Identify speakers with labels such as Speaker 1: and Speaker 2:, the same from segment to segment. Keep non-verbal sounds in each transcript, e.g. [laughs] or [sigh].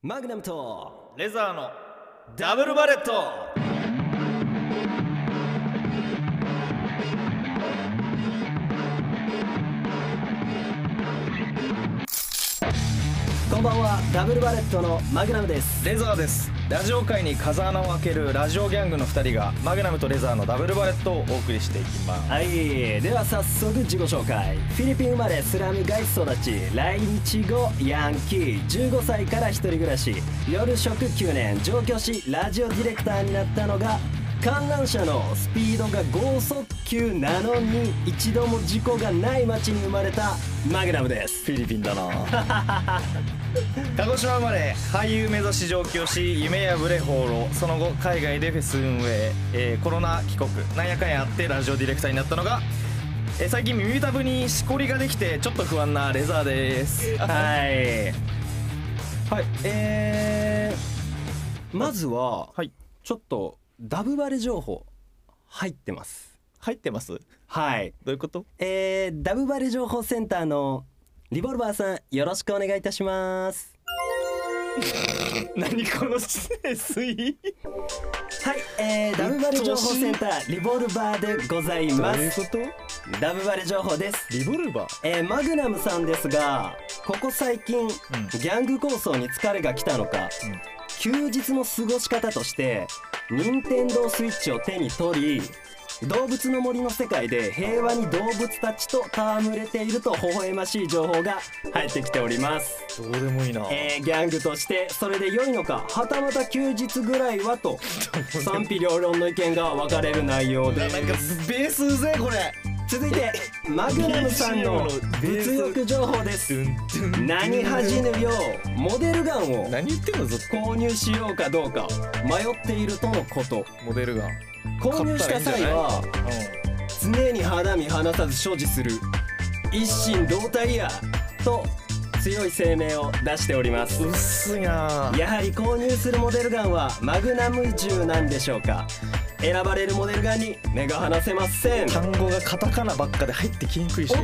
Speaker 1: マグナムと
Speaker 2: レザーのダブルバレット
Speaker 1: こんばんはダブルバレットのマグナムです
Speaker 2: レザーですラジオ界に風穴を開けるラジオギャングの2人がマグナムとレザーのダブルバレットをお送りしていきます
Speaker 1: はいでは早速自己紹介フィリピン生まれスラム街育ち来日後ヤンキー15歳から一人暮らし夜食9年上京しラジオディレクターになったのが観覧車のスピードが剛速球なのに一度も事故がない町に生まれたマグナムです
Speaker 2: フィリピンだな [laughs] 鹿児島生まれ俳優目指し上京し夢破れ放浪その後海外でフェス運営、えーコロナ帰国なんやかんやあってラジオディレクターになったのが、えー最近耳たぶにしこりができてちょっと不安なレザーです
Speaker 1: はい
Speaker 2: はいえ
Speaker 1: まずは
Speaker 2: ー、はい
Speaker 1: ちょっとダブバレ情報入ってます
Speaker 2: 入ってますど
Speaker 1: はいう
Speaker 2: いうこと
Speaker 1: えー、ダブバレ情報センターのリボルバーさんよろしくお願いいたします
Speaker 2: 何このスイ
Speaker 1: はい、えー、ダブバレ情報センターリボルバーでございます
Speaker 2: と
Speaker 1: ダブバレ情報です
Speaker 2: リボルバー
Speaker 1: えー、マグナムさんですがここ最近、ギャング構想に疲れが来たのか、
Speaker 2: ん
Speaker 1: 休日の過ごし方として任天堂スイッチを手に取り動物の森の世界で平和に動物たちと戯れていると微笑ましい情報が入ってきております
Speaker 2: どうでもいいな、
Speaker 1: えーギャングとしてそれで良いのかはたまた休日ぐらいはと賛否両論の意見が分かれる内容で
Speaker 2: なんかベースうぜえこれ
Speaker 1: 続いてマグナムさんの物欲情報
Speaker 2: [laughs]
Speaker 1: です何恥じぬようモデルガンを
Speaker 2: 何言ってんのずっ
Speaker 1: 購入しようかどうか迷っているとのこと
Speaker 2: とモデルガン
Speaker 1: 購入した際は常に肌身離さず所持する一心同体やと強い声明を出しております
Speaker 2: うん薄いな
Speaker 1: やはり購入するモデルガンはマグナム銃なんでしょうか選ばれるモデルガンに目が離せませんと
Speaker 2: 単語がカタカナばっかで入ってきにくいし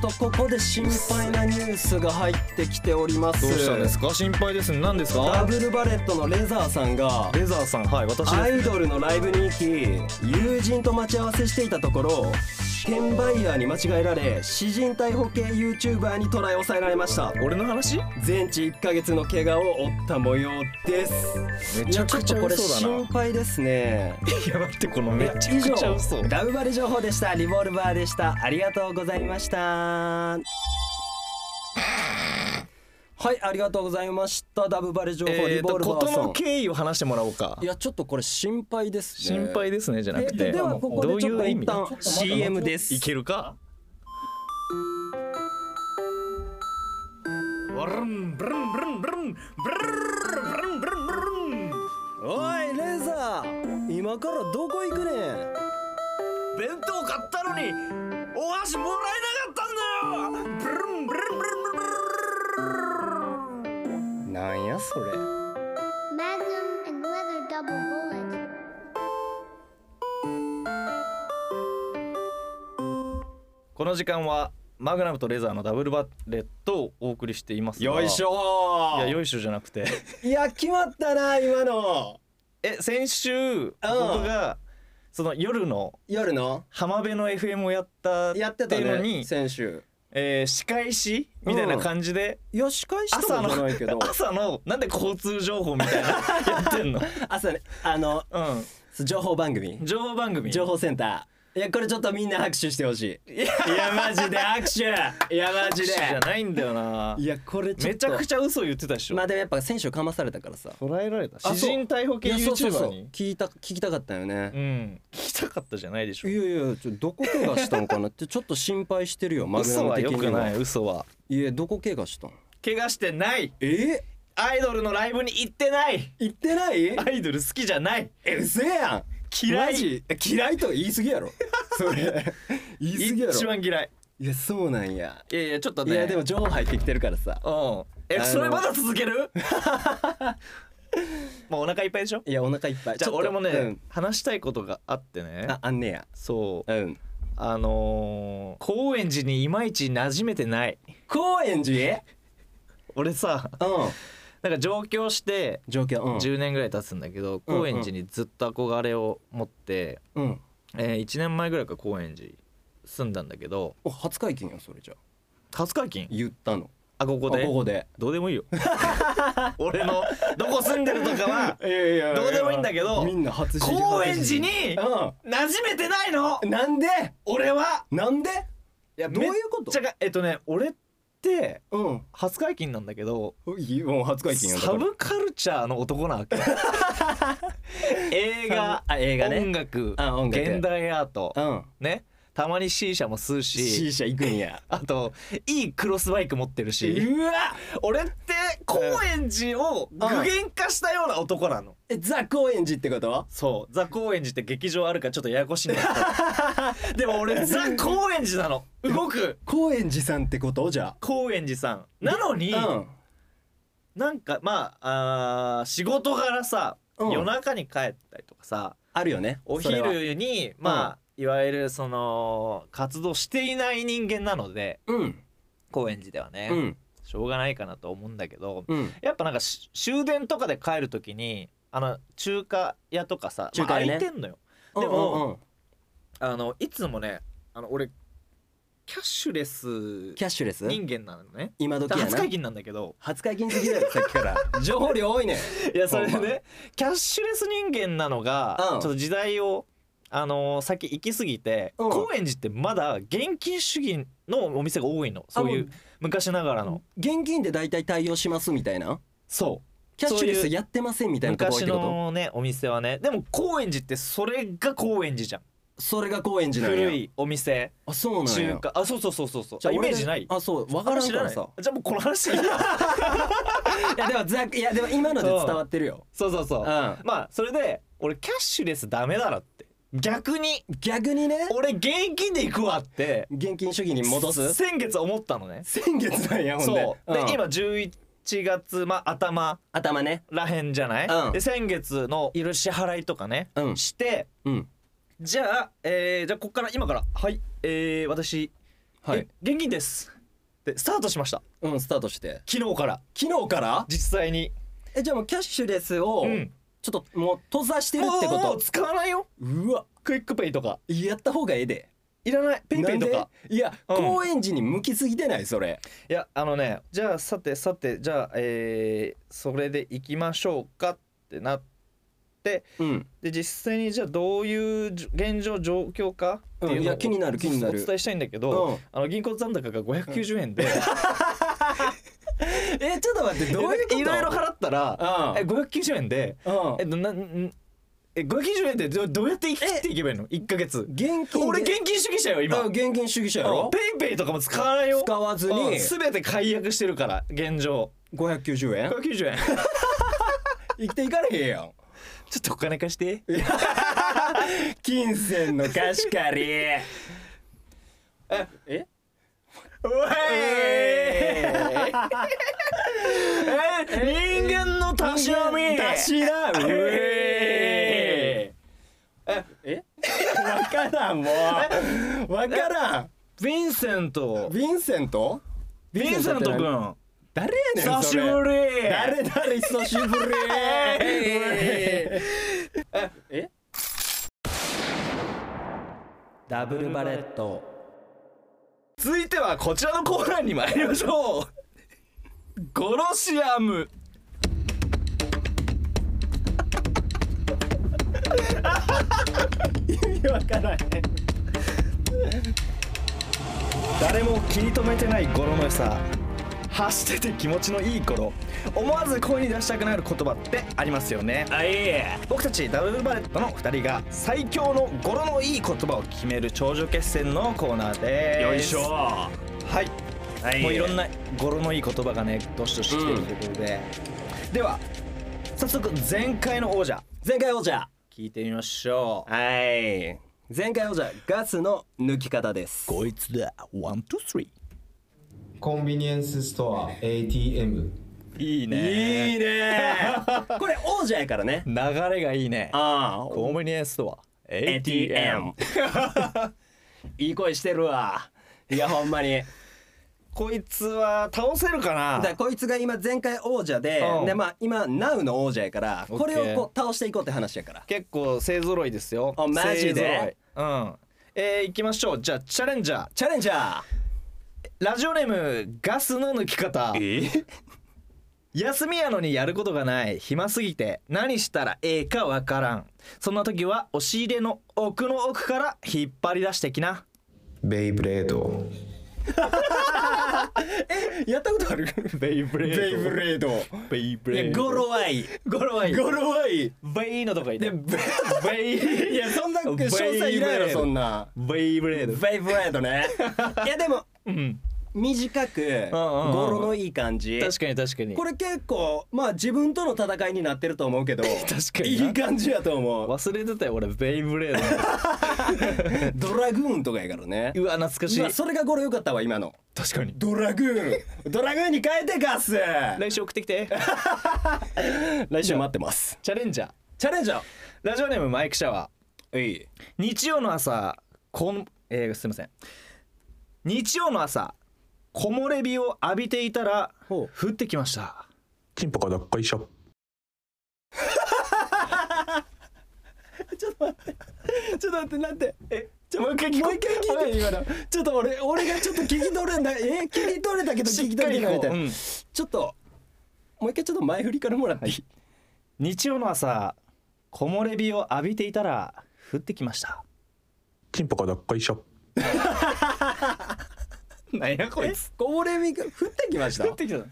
Speaker 1: おここで心配なニュースが入ってきております
Speaker 2: か心配ですね何です
Speaker 1: ダブルバレットのレザーさんが
Speaker 2: レザーさんはい私
Speaker 1: ア
Speaker 2: で
Speaker 1: イドルのライブに行き友人と待ち合わせしていたところ転売ヤーに間違えられ詩人逮捕系 YouTuber に捕らえ押さえられました
Speaker 2: す俺の話
Speaker 1: 全治1ヶ月の怪我を負った模様です
Speaker 2: めちゃくちゃ
Speaker 1: いやょっとこれ
Speaker 2: 嘘だな
Speaker 1: 心配ですね
Speaker 2: いや待ってこのめちゃくちゃ嘘
Speaker 1: 以上ダブバレ情報でしたリボルバーでしたありがとうございましたはいありがとうございましたダブバレ情報、
Speaker 2: え
Speaker 1: リ
Speaker 2: ー
Speaker 1: ボ
Speaker 2: と
Speaker 1: ルバー
Speaker 2: 事
Speaker 1: さ
Speaker 2: の
Speaker 1: ん
Speaker 2: 経緯を話してもらおうか
Speaker 1: いやちょっとこれ心配ですね
Speaker 2: 心配ですねじゃなく
Speaker 1: え
Speaker 2: て
Speaker 1: ではここ
Speaker 2: ど
Speaker 1: で
Speaker 2: う
Speaker 1: ち
Speaker 2: い
Speaker 1: ょっと
Speaker 2: う意
Speaker 1: 一
Speaker 2: 味
Speaker 1: 旦 CM です
Speaker 2: いけるか
Speaker 1: おいレザー今からどこ行くねん
Speaker 2: 弁当買ったのにお箸もらえなかったんだよブルンブルンブルン
Speaker 1: なんやそれ
Speaker 3: Magnum and leather double bullet.
Speaker 2: この時間はマグナムとレザーのダブルバレットをお送りしていますが
Speaker 1: よいしょ
Speaker 2: いや
Speaker 1: ー
Speaker 2: よいしょじゃなくて
Speaker 1: いや決まったな今の
Speaker 2: え先週僕がその夜の
Speaker 1: 夜の
Speaker 2: 浜辺の FM をやった
Speaker 1: やっ
Speaker 2: って
Speaker 1: た
Speaker 2: ていうの
Speaker 1: ね
Speaker 2: に、
Speaker 1: 先週
Speaker 2: えー仕返しみたいな感じで、
Speaker 1: いや仕返し
Speaker 2: 朝
Speaker 1: たも
Speaker 2: の
Speaker 1: んじゃないけど
Speaker 2: [laughs] 朝のなんで交通情報みたい
Speaker 1: [laughs]
Speaker 2: なやってんの
Speaker 1: 朝ねあの
Speaker 2: う
Speaker 1: 情報番組
Speaker 2: ん情報番組
Speaker 1: 情報センターいやこれちょっとみんな拍手してほしいいやマジで拍手いやマジ
Speaker 2: 拍
Speaker 1: で
Speaker 2: 手じゃないんだよない
Speaker 1: やこれちょっ
Speaker 2: めち
Speaker 1: と
Speaker 2: ゃくちゃ嘘言ってたでしょ、
Speaker 1: まあでもやっぱ選手かまされたからさ
Speaker 2: 捉えられた
Speaker 1: あそう
Speaker 2: 詩人逮捕
Speaker 1: い
Speaker 2: 系
Speaker 1: やそうそうそう
Speaker 2: YouTuber に
Speaker 1: 聞いた聞きたかったよね
Speaker 2: うん聞きたかったじゃないでし
Speaker 1: い
Speaker 2: ょ
Speaker 1: やいやちょどこ怪我したのかなって [laughs] ちょっと心配してるよマグナ
Speaker 2: 嘘
Speaker 1: ム
Speaker 2: は
Speaker 1: 的
Speaker 2: よ
Speaker 1: に
Speaker 2: く
Speaker 1: は
Speaker 2: ない嘘はい
Speaker 1: やどこ怪我したの
Speaker 2: 怪我してない
Speaker 1: え
Speaker 2: アイドルのライブに行ってない
Speaker 1: 言ってない
Speaker 2: アイドル好きじゃない
Speaker 1: えうせやん
Speaker 2: 嫌い
Speaker 1: マジえ嫌いと言い過ぎやろそ [laughs] れ言い過ぎや
Speaker 2: 一
Speaker 1: ろ
Speaker 2: 番嫌い
Speaker 1: いやそうなんや
Speaker 2: いやいやちょっと
Speaker 1: い
Speaker 2: ね
Speaker 1: やでも情報入ってきてるからさ
Speaker 2: うん
Speaker 1: あ
Speaker 2: え
Speaker 1: の
Speaker 2: それまだ続ける [laughs] もうお腹いっぱいでしょ
Speaker 1: いやお腹いっぱい
Speaker 2: じ
Speaker 1: ち
Speaker 2: ゃあ
Speaker 1: ょっと
Speaker 2: 俺もね、
Speaker 1: うん
Speaker 2: 話したいことがあってね
Speaker 1: ああんねや
Speaker 2: そう
Speaker 1: うん
Speaker 2: あのー、高円寺にいまいち馴染めてない
Speaker 1: 高円寺へ
Speaker 2: 俺さ
Speaker 1: うん
Speaker 2: なんか上京して
Speaker 1: 状況うん
Speaker 2: 10年ぐらい経つんだけど、高円寺にずっと憧れを持って、
Speaker 1: うん
Speaker 2: えー、1年前ぐらいから高円寺住んだんだけど
Speaker 1: お初解禁やんそれじゃあ
Speaker 2: 初解禁
Speaker 1: 言ったの
Speaker 2: あここ
Speaker 1: あ
Speaker 2: で
Speaker 1: ここで
Speaker 2: どうでもいい [laughs] よ俺のどこ住んでるとか [laughs] はい
Speaker 1: やいや
Speaker 2: どうでもいいんだけど
Speaker 1: みんな初知り
Speaker 2: 高円寺に
Speaker 1: 初
Speaker 2: 馴染めてないの
Speaker 1: 知りうんなんで
Speaker 2: 俺は
Speaker 1: なんで
Speaker 2: いや
Speaker 1: どういうこと
Speaker 2: めっちゃえっとね俺って
Speaker 1: うん
Speaker 2: 初解禁なんだけど
Speaker 1: いいもう初解禁やんだから
Speaker 2: サブカルチャーの男
Speaker 1: [laughs]
Speaker 2: なわけ映画
Speaker 1: あ映画ね
Speaker 2: 音楽
Speaker 1: あ音楽
Speaker 2: 現代アート
Speaker 1: うん
Speaker 2: ねたまに C 社も吸うし
Speaker 1: C 社行くんや
Speaker 2: あといいクロスバイク持ってるし
Speaker 1: うわ
Speaker 2: 俺って高円寺を具現化したような男なの
Speaker 1: えザ・高円寺ってこと
Speaker 2: そうザ・高円寺って劇場あるからちょっとややこしいんだけ
Speaker 1: [laughs]
Speaker 2: どでも俺ザ・高円寺なの動く
Speaker 1: 高円寺さんってことじゃ
Speaker 2: 高円寺さんなのに、
Speaker 1: あ
Speaker 2: なんかまああー仕事柄さ、
Speaker 1: うん
Speaker 2: 夜中に帰ったりとかさ
Speaker 1: あるよね
Speaker 2: お
Speaker 1: それは
Speaker 2: 昼にまあ、いわゆるその活動していない人間なので
Speaker 1: うん
Speaker 2: 高円寺ではね、
Speaker 1: うん
Speaker 2: しょうがないかなと思うんだけど、
Speaker 1: うん
Speaker 2: やっぱなんかし終電とかで帰る時にあの中華屋とかさ、
Speaker 1: 中華
Speaker 2: まあ
Speaker 1: 屋ね
Speaker 2: 空いてんのよ。
Speaker 1: うん
Speaker 2: で
Speaker 1: うん
Speaker 2: も、
Speaker 1: うん
Speaker 2: あのいつもねあの俺キャッシュレス
Speaker 1: キャッシュレス
Speaker 2: 人間なのね。
Speaker 1: 今時やな
Speaker 2: 初解禁なんだけど
Speaker 1: 初解禁すぎだよさっきから
Speaker 2: [laughs]
Speaker 1: 情報量多いね
Speaker 2: いやそれで
Speaker 1: ほんま
Speaker 2: ねキャッシュレス人間なのがち
Speaker 1: う
Speaker 2: ょ
Speaker 1: ん
Speaker 2: っと時代をあのー先行き過ぎて
Speaker 1: うん
Speaker 2: 高円寺ってまだ現金主義のお店が多いのそう
Speaker 1: も
Speaker 2: いう昔ながらの
Speaker 1: 現金で大体対応しますみたいな
Speaker 2: そう
Speaker 1: キャッシュレ
Speaker 2: そう
Speaker 1: ス
Speaker 2: いう
Speaker 1: やってませんみたいなとこ多い
Speaker 2: 昔
Speaker 1: ってこ
Speaker 2: のねお店はねでも高円寺ってそれが高円寺じゃん
Speaker 1: とそれが高円寺なんや
Speaker 2: 古いお店
Speaker 1: あそうなん
Speaker 2: 中
Speaker 1: や
Speaker 2: 華あそうそうそうそうそう
Speaker 1: じゃあ
Speaker 2: イ
Speaker 1: 俺
Speaker 2: メ
Speaker 1: が
Speaker 2: ージない
Speaker 1: あそうわからんからさ
Speaker 2: あ知らないじゃあもうこ
Speaker 1: [laughs]
Speaker 2: の話いいや
Speaker 1: いやでもざいやでも今ので伝わってるよ
Speaker 2: そうそうそううんまあそれで俺キャッシュレスダメだろって逆に
Speaker 1: 逆にね
Speaker 2: 俺現金で行くわって
Speaker 1: 現金主義に戻す
Speaker 2: 先月思ったのね
Speaker 1: 先月なんやほんで
Speaker 2: そうで
Speaker 1: ん
Speaker 2: 今11月、まあ、頭
Speaker 1: 頭ね
Speaker 2: らへんじゃない、
Speaker 1: うん
Speaker 2: で先月のいる支払いとかね、
Speaker 1: うん
Speaker 2: して
Speaker 1: うん
Speaker 2: じゃあ、えーじゃあこっから今から「はい、えー、私、
Speaker 1: はい
Speaker 2: え現金です」でスタートしました
Speaker 1: うんスタートして
Speaker 2: 昨日から
Speaker 1: 昨日から
Speaker 2: 実際に
Speaker 1: えじゃあもうキャッシュレスを
Speaker 2: うん
Speaker 1: ちょっともう閉ざしてる
Speaker 2: も
Speaker 1: って
Speaker 2: うも
Speaker 1: こ
Speaker 2: う使わないよ
Speaker 1: とうわ
Speaker 2: クイックペイとか
Speaker 1: やった方がええで
Speaker 2: いらないペイペイと
Speaker 1: なん
Speaker 2: か
Speaker 1: でいや
Speaker 2: うん
Speaker 1: 高円寺に向きすぎてないそれ
Speaker 2: いやあのねじゃあさてさてじゃあ、えーそれで行きましょうかってなって
Speaker 1: うん
Speaker 2: で実際にじゃあどういうじょ現状状況かっていうのを
Speaker 1: うんいや気になる気になる
Speaker 2: お伝えしたいんだけど、
Speaker 1: うん
Speaker 2: あの銀行残高が590円で、
Speaker 1: えちょっと待
Speaker 2: [laughs]
Speaker 1: ってどういうこと
Speaker 2: いろいろ払ったら、
Speaker 1: うん
Speaker 2: え590円で、
Speaker 1: うん
Speaker 2: えっとなんんえ590円でどどうやって生きていけばいいの1ヶ月
Speaker 1: 現金で
Speaker 2: 俺現金主義者よ今
Speaker 1: あ現金主義者やろ
Speaker 2: ペイペイとかも使わないよ
Speaker 1: 使わず
Speaker 2: う
Speaker 1: に
Speaker 2: ん全て解約してるから現状
Speaker 1: 590円 [laughs]
Speaker 2: 590円
Speaker 1: 生きていかれへんやん
Speaker 2: ちょっとお金貸して
Speaker 1: 金銭の貸し借りええ
Speaker 2: うわえー人間のたしなみ
Speaker 1: たしなみ
Speaker 2: え
Speaker 1: えわからんもうわからん
Speaker 2: ヴィンセント
Speaker 1: ヴィンセント
Speaker 2: ヴィンセント君
Speaker 1: 誰やねん
Speaker 2: 久
Speaker 1: そ
Speaker 2: し
Speaker 1: れ
Speaker 2: ぶり
Speaker 1: 誰誰久しぶり
Speaker 2: え
Speaker 1: え [laughs] ダブルバレット
Speaker 2: 続いてはこちらのコーナーに参りましょうゴロシアム
Speaker 1: 意味わからへん
Speaker 2: 誰も気に留めてない語呂の良さ走ってて気持ちのいい頃思わず声に出したくなる言葉ってありますよね
Speaker 1: あいえ
Speaker 2: 僕たちダブルバレットの2人が最強の語呂のいい言葉を決める頂上決戦のコーナーです
Speaker 1: は
Speaker 2: はい
Speaker 1: い
Speaker 2: もういろんな語呂のいい言葉がねどしどし来てるということで、では早速前回の王者
Speaker 1: 前回王者
Speaker 2: 聞いてみましょう
Speaker 1: はい前回王者ガスの抜き方です
Speaker 2: こいつだワンツースリ
Speaker 4: コンビニエンスストア ATM
Speaker 2: ーいい
Speaker 1: い
Speaker 2: ね
Speaker 1: ね [laughs] これ王者やからね
Speaker 2: 流れがいいね
Speaker 1: ああ
Speaker 2: コンビニエンスストア
Speaker 1: [laughs] [laughs] ATM いい声してるわいやほんまに
Speaker 2: こいつは倒せるかな
Speaker 1: だからこいつが今前回王者で、
Speaker 2: うん
Speaker 1: でまあ今 NOW の王者やから
Speaker 2: オッケー
Speaker 1: これをこう倒していこうって話やから
Speaker 2: 結構勢ぞろいですよ
Speaker 1: あマジで
Speaker 2: 勢揃いうんえー、いきましょうじゃあチャレンジャー
Speaker 1: チャレンジャー
Speaker 2: ラジオネームガスの抜き方
Speaker 1: え
Speaker 2: 休みやのにやることがない暇すぎて何したらええかわからんそんな時は押し入れの奥の奥から引っ張り出してきな
Speaker 4: ベイブレード
Speaker 1: やったことある
Speaker 2: ベイブレ
Speaker 1: ベイブレード
Speaker 2: ベイブ
Speaker 1: いや
Speaker 2: ゴ
Speaker 1: ゴ
Speaker 2: ロ
Speaker 1: ロワイ
Speaker 2: ゴロはいい
Speaker 1: ゴロワイ
Speaker 2: ベイのとこい
Speaker 1: で
Speaker 2: て
Speaker 1: ベ
Speaker 2: ベイ
Speaker 1: いやそんな詳細いないやろそんな
Speaker 2: ベイブレード
Speaker 1: ベイブレード [laughs] ねいやでも
Speaker 2: うん
Speaker 1: 短く
Speaker 2: うんうん
Speaker 1: ゴロのいい感じ
Speaker 2: 確かに確かに
Speaker 1: これ結構まあ自分との戦いになってると思うけど
Speaker 2: 確かにない
Speaker 1: い感じやと思う
Speaker 2: 忘れてたよ俺ベイブレー [laughs]
Speaker 1: ドラグーンとかやからね
Speaker 2: ドうわ懐かしい
Speaker 1: まあそれがゴロ良かったわ今の
Speaker 2: 確かに
Speaker 1: ドラグーンドラグーンに変えてガス
Speaker 2: 来週送ってき [laughs] て
Speaker 1: 来週待ってます
Speaker 2: チャレンジャー
Speaker 1: チャレンジャ
Speaker 2: ラジオネームマイクシャワー
Speaker 1: ーいい
Speaker 2: 日曜の朝こん、えー、すいません日曜の朝木漏れ日を浴びていたら
Speaker 1: ほ
Speaker 2: 降
Speaker 1: う
Speaker 2: ってきました
Speaker 5: チンポが脱会した。
Speaker 1: ちょっと待ってちょっと待ってなんてえちょもう一回聞もう一回聞いて今のちょっと俺俺がちょっと聞き取れない [laughs] え聞き取れたけど聞き取れてないみたいな、
Speaker 2: うん
Speaker 1: ちょっともう一回ちょっと前振りからもらっていい
Speaker 2: 日曜の朝木漏れ日を浴びていたら降ってきました
Speaker 5: チンポが脱会した。
Speaker 2: [laughs] なんやこ
Speaker 1: えこぼれみく降ってきました
Speaker 2: 降ってきた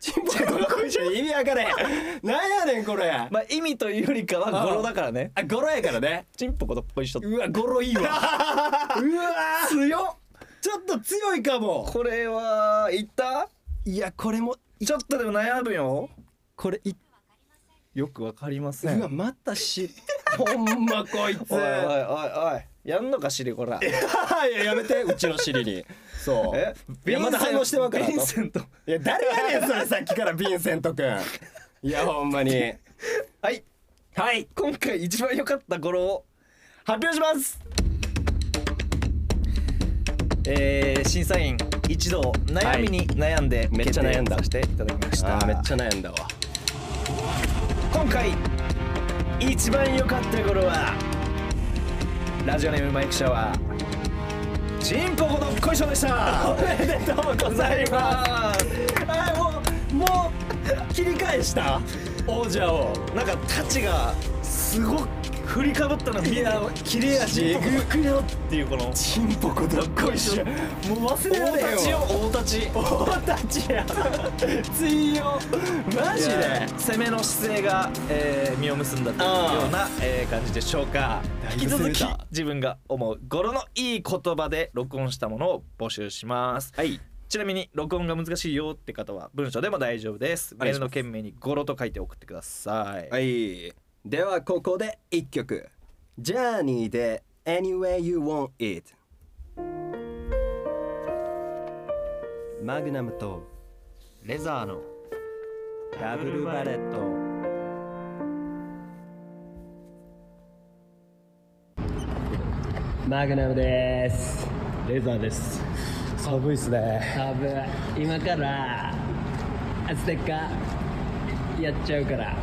Speaker 1: チンポがどの子にしろ意味わからへんなんやねんこれあ
Speaker 2: まあ意味というよりかは語呂だからね
Speaker 1: ゴロやからね
Speaker 2: チンポコどっこいしょ
Speaker 1: うわゴロいいわ [laughs] うわ強っちょっと強いかも
Speaker 2: これはいった
Speaker 1: いやこれも
Speaker 2: ちょっとでも悩むよ
Speaker 1: これい
Speaker 2: よくわかりま
Speaker 1: う
Speaker 2: せん
Speaker 1: わまた [laughs] しほんまこいつ
Speaker 2: おいおいおいおいやんのかしりこら
Speaker 1: いややめてうちの尻にそう
Speaker 2: え
Speaker 1: いやまだ反応してわからん
Speaker 2: ヴィンセント
Speaker 1: いや誰やねんそれさっきからヴィンセント君いやほんまに
Speaker 2: はい
Speaker 1: はい
Speaker 2: 今回一番良かった語呂を発表しますえー、審査員一同悩みに悩んで、
Speaker 1: めっちゃ悩んだ
Speaker 2: 決定させていただきました
Speaker 1: あーめっちゃ悩んだわ
Speaker 2: 今回一番良かった頃はラジオネームマイクシャワーチンポコどっこいしょでした
Speaker 1: おめでとうございますあもうもう切り返した王者を
Speaker 2: なんかタチがすごく振りかぶったの見
Speaker 1: い
Speaker 2: え
Speaker 1: や切れ味えぐ
Speaker 2: くよっていうこの
Speaker 1: チンポコどっこいしょもう忘れられ
Speaker 2: 大
Speaker 1: へ
Speaker 2: 立ち
Speaker 1: ん
Speaker 2: よ
Speaker 1: わ
Speaker 2: 大立ち
Speaker 1: 大立ちや [laughs] 水曜マジ
Speaker 2: いや
Speaker 1: で
Speaker 2: 攻めの姿勢が、えー、実を結んだというような、えー感じでしょうか
Speaker 1: だいぶ攻
Speaker 2: 引き続
Speaker 1: めた
Speaker 2: き自分が思う語呂のいい言葉で録音したものを募集します
Speaker 1: はい
Speaker 2: ちなみに録音が難しいよって方は文章でも大丈夫です
Speaker 1: お
Speaker 2: メ
Speaker 1: 願
Speaker 2: ー
Speaker 1: いし
Speaker 2: ル
Speaker 1: ま
Speaker 2: の
Speaker 1: す
Speaker 2: 件名に語呂と書いて送ってください、
Speaker 1: はいではここで一曲ジャーニーで Anyway You Want It マグナムと
Speaker 2: レザーの
Speaker 1: ダブルバレットマグナムです
Speaker 6: レザーです寒いっすね
Speaker 1: 多分今からステッカーやっちゃうから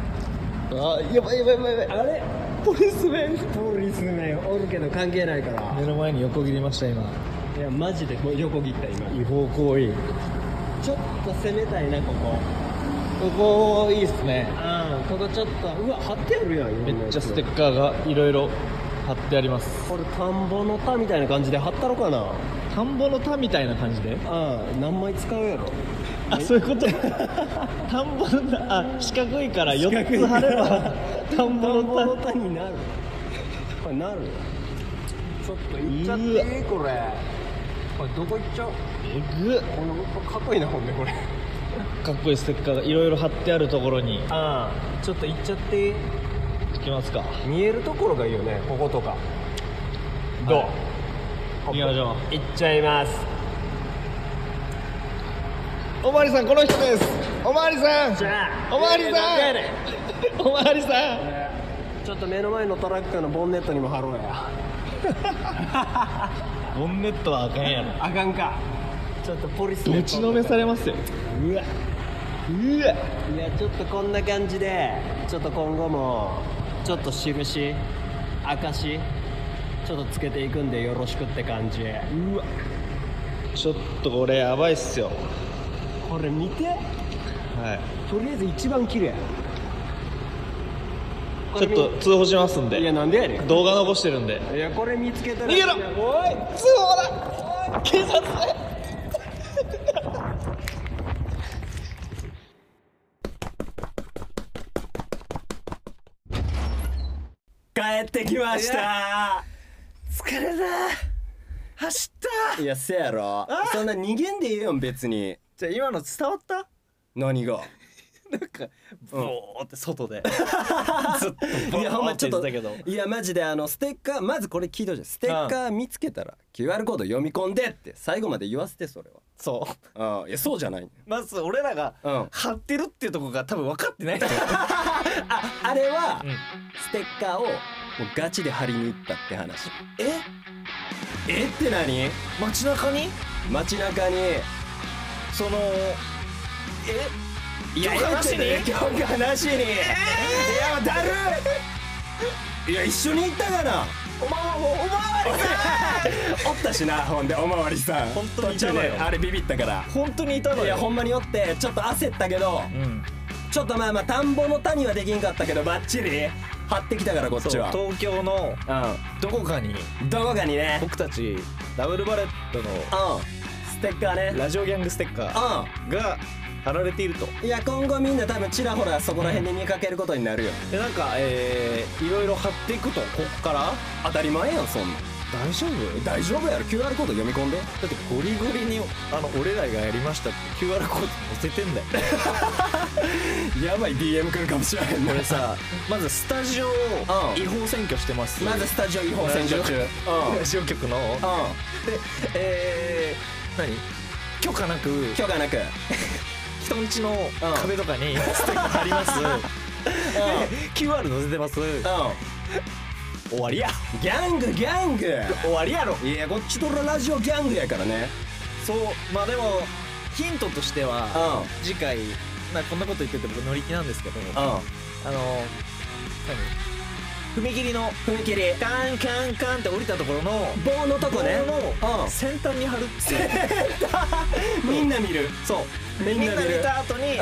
Speaker 6: あやばいやばいやばいやばい
Speaker 1: あれ
Speaker 6: ポリスメン
Speaker 1: ポリスメンおるけど関係ないから
Speaker 6: 目の前に横切りました今
Speaker 1: いやマジでこう横切った今
Speaker 6: 違法行為
Speaker 1: ちょっと攻めたいなここ
Speaker 6: ここいいっすね
Speaker 1: うんここちょっとうわ貼ってあるやん
Speaker 6: めっちゃステッカーがいろいろ貼ってあります
Speaker 1: これ田んぼの田みたいな感じで貼ったろかな
Speaker 6: 田んぼの田みたいな感じで
Speaker 1: うん何枚使うやろ
Speaker 6: あそういうこと田んぼの田あ四角いから4つ貼れば田んぼ
Speaker 1: 田んぼ
Speaker 6: の
Speaker 1: の田になるこれなるちょっと行っちゃって
Speaker 6: うわ
Speaker 1: いいこれこれどこ行っちゃう
Speaker 6: 田えぐっ
Speaker 1: このこれかっこいいなほんでこれ
Speaker 6: かっこいいステッカーがいろいろ貼ってあるところに
Speaker 1: ああちょっと行っちゃって
Speaker 6: 行きますか
Speaker 1: 見えるところがいいよねこことかどう
Speaker 6: 行きましょ
Speaker 1: 行っちゃいます
Speaker 6: うおまわりさんこの人ですおまわりさん
Speaker 1: じゃあ
Speaker 6: おまわりさん
Speaker 1: えーなんかやね
Speaker 6: おまわりさん
Speaker 1: ちょっと目の前のトラックのボンネットにも貼ろうや
Speaker 6: ボンネットはあかんやろ
Speaker 1: あかんか
Speaker 7: ちょっとポリス
Speaker 6: ぶちのめされますようわうわ
Speaker 7: いやちょっとこんな感じでちょっと今後もちょっと印証ちょっとつけていくんでよろしくって感じ
Speaker 6: うわちょっとこれやばいっすよ
Speaker 7: これ見て
Speaker 6: はい
Speaker 7: とりあえず一番綺麗
Speaker 6: ちょっと通報しますん
Speaker 7: いや
Speaker 6: で
Speaker 7: なんでやね
Speaker 6: 動画残してるんで
Speaker 7: んいやこれ見つけたら
Speaker 6: 逃げろ
Speaker 7: いや
Speaker 6: おい通報だ警察
Speaker 1: 帰ってきました
Speaker 2: 疲れた走った
Speaker 1: いやせやろそんな逃げんでええよん別に
Speaker 2: じゃあ今の伝わった
Speaker 1: 何が
Speaker 2: なんかボーって
Speaker 6: [laughs]
Speaker 2: 外でずっ
Speaker 1: い
Speaker 2: とい
Speaker 1: やほんまちょっと
Speaker 2: だけど
Speaker 1: いやマジであのステッカーまずこれ聞いといてステッカー見つけたら QR コード読み込んでって最後まで言わせてそれ
Speaker 2: そ
Speaker 1: はあいやそうじゃない、ね、
Speaker 2: うまず俺らが
Speaker 1: うん
Speaker 2: 張ってるっていうところが多分分かってないんだよ
Speaker 1: あれは、
Speaker 2: ん
Speaker 1: ステッカーをもうガチで貼りに行ったって話ええって何
Speaker 2: 街中に
Speaker 1: 街中に
Speaker 2: その
Speaker 1: いや
Speaker 2: 許可なしに
Speaker 1: えってね許可なしに、いやだるいいや一緒に行ったかな
Speaker 2: おまわおまわり
Speaker 1: おったしなほんでおまわりさん
Speaker 2: 本当にいた
Speaker 1: 途
Speaker 2: の
Speaker 1: 中
Speaker 2: よ
Speaker 1: であれビビったから
Speaker 2: 本当にいたの
Speaker 1: いやほ
Speaker 2: よ
Speaker 1: んまにおってちょっと焦ったけど、
Speaker 2: うん
Speaker 1: ちょっとまあまあ田んぼの谷はできんかったけどバッチリ張ってきたからこっ
Speaker 2: そう
Speaker 1: ちは
Speaker 2: 東京の
Speaker 1: う
Speaker 2: どこかに
Speaker 1: んどこかにね
Speaker 2: 僕たちダブルバレットの
Speaker 1: うんステッカーね
Speaker 2: ラジオギャングステッカー
Speaker 1: う
Speaker 2: が貼られていると
Speaker 1: んいや今後みんな多分ちらほらそこら辺で見かけることになるよ
Speaker 2: でなんかえー、いろいろ貼っていくとこっから
Speaker 1: 当たり前やんそんなん
Speaker 2: 大丈夫
Speaker 1: 大丈夫やろ QR コード読み込んで
Speaker 2: だってゴリゴリにあの俺らがやりましたって QR コード載せてんだよ
Speaker 1: やばい DM 来るかもしれへん
Speaker 2: これ
Speaker 1: ね
Speaker 2: [laughs] さまずスタジオを
Speaker 1: うん
Speaker 2: 違法占拠してます
Speaker 1: まずスタジオ違法占拠中うん
Speaker 2: ラジオ局のでえー、何許可なく
Speaker 1: 許可なく
Speaker 2: 人んちの壁とかにステッカー貼ります [laughs] で QR 載せてます
Speaker 1: う
Speaker 2: 終わりや
Speaker 1: んギャングギャング
Speaker 2: 終わりやろ
Speaker 1: いやこっちとらラジオギャングやからね
Speaker 2: そうまあでもヒントとしては
Speaker 1: うん
Speaker 2: 次回まあこんなこと言ってて僕乗り気なんですけどあ
Speaker 1: う
Speaker 2: の何踏切の
Speaker 1: ん踏切
Speaker 2: カンカンカンって降りたところの
Speaker 1: 棒のとこね
Speaker 2: の先端に貼るって [laughs] いう
Speaker 1: うんみんな見る
Speaker 2: そう
Speaker 1: み
Speaker 2: み
Speaker 1: んな
Speaker 2: んな
Speaker 1: 見る
Speaker 2: 見た後に
Speaker 1: う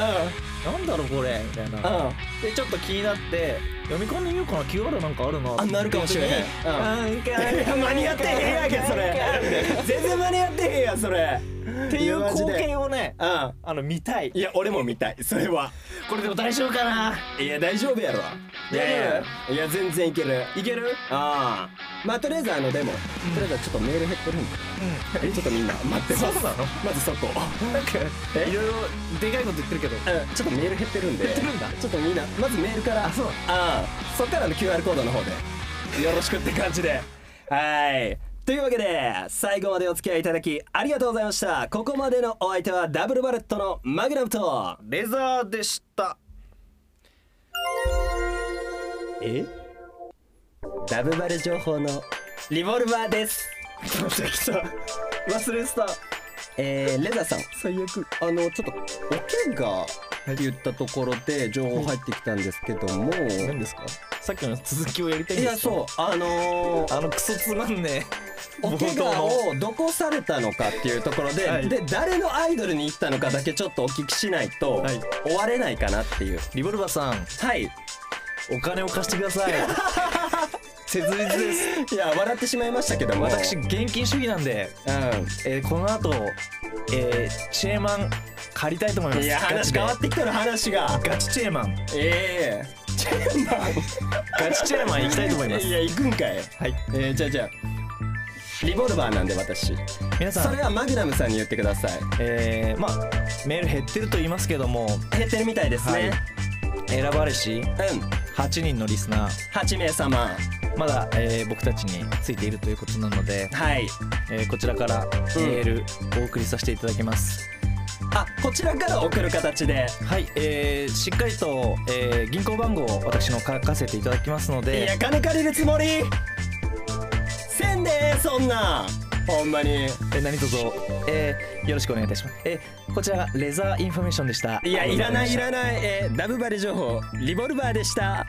Speaker 2: なんだろうこれみたいなでちょっと気になって読み込んでみようかな QR なんかあるな
Speaker 1: あなるかもしれへん
Speaker 2: うんカンカン
Speaker 1: ん [laughs] 間に合ってへんやんけそれ全然間に合ってへんやんそれ
Speaker 2: っていう光景
Speaker 1: を
Speaker 2: をね
Speaker 1: うん
Speaker 2: あの見たい
Speaker 1: いや俺も見たいそれは
Speaker 2: これでも大丈夫かない
Speaker 1: や大丈夫やろいやいやいや全然いける
Speaker 2: いける
Speaker 1: ああまあとりあえずあのでも、とりあえずはちょっとメール減ってるんで、ちょっとみんな待ってます
Speaker 2: そうなの
Speaker 1: まずそこ
Speaker 2: なんか
Speaker 1: え
Speaker 2: いろいろでかいこと言ってるけど
Speaker 1: うんちょっとメール減ってるんで減
Speaker 2: ってるんだ
Speaker 1: ちょっとみんなまずメールからあそうあそっからの QR コードの方でよろしくって感じではいというわけで最後までお付き合いいただきありがとうございましたここまでのお相手はダブルバレットのマグナムと
Speaker 2: レザーでした
Speaker 1: えダブバレ情報のリボルバーです
Speaker 2: 忘れてた
Speaker 1: えー、レザーさん最悪あのちょっとおけが言ったところで情報入ってきたんですけども、
Speaker 2: 何ですかさっきの続きをやりたいん
Speaker 1: い
Speaker 2: で
Speaker 1: や
Speaker 2: すよ
Speaker 1: そうあのー
Speaker 2: あのクソつまんねえ
Speaker 1: お怪我をどこされたのかっていうところで、
Speaker 2: はい
Speaker 1: で誰のアイドルに行ったのかだけちょっとお聞きしないと、
Speaker 2: はい
Speaker 1: 終われないかなっていう
Speaker 2: リボルバーさん
Speaker 1: はいい
Speaker 2: お金を貸してく
Speaker 1: [laughs]
Speaker 2: ださい切実です
Speaker 1: や笑ってしまいましたけども
Speaker 2: 私現金主義なんで、
Speaker 1: う
Speaker 2: えーこの後、えーチェーマン借りたいと思いま
Speaker 1: ん
Speaker 2: す
Speaker 1: いや話変わってきたら話が
Speaker 2: ガチチェーマン
Speaker 1: ええチェーンマン
Speaker 2: ガチチェーマン行きたいと思い [laughs] ます
Speaker 1: いや行くんかい
Speaker 2: はい
Speaker 1: えー、じゃあじゃあリボルバーなんで私
Speaker 2: 皆さ
Speaker 1: それ
Speaker 2: ん
Speaker 1: はマグナムさんに言ってください
Speaker 2: えー、まあメール減ってると言いますけども
Speaker 1: 減ってるみたいですね、
Speaker 2: 選ばれし
Speaker 1: うん
Speaker 2: 8人のリスナー
Speaker 1: 8名様
Speaker 2: まだ、えー僕たちについているということなので、
Speaker 1: はい
Speaker 2: えーこちらからメールお送りさせていただきます、
Speaker 1: あこちらから送る形で
Speaker 2: はい、えーしっかりと、えー銀行番号を私の書かせていただきますの
Speaker 1: いや
Speaker 2: で
Speaker 1: 金借りるつもりせんでええそんなほんまに
Speaker 2: え何卒、えーよろしくお願いいたしますえこちらがレザーインフォメーションでした
Speaker 1: いやいらないいら
Speaker 2: い
Speaker 1: ない、えーダブバレ情報リボルバーでした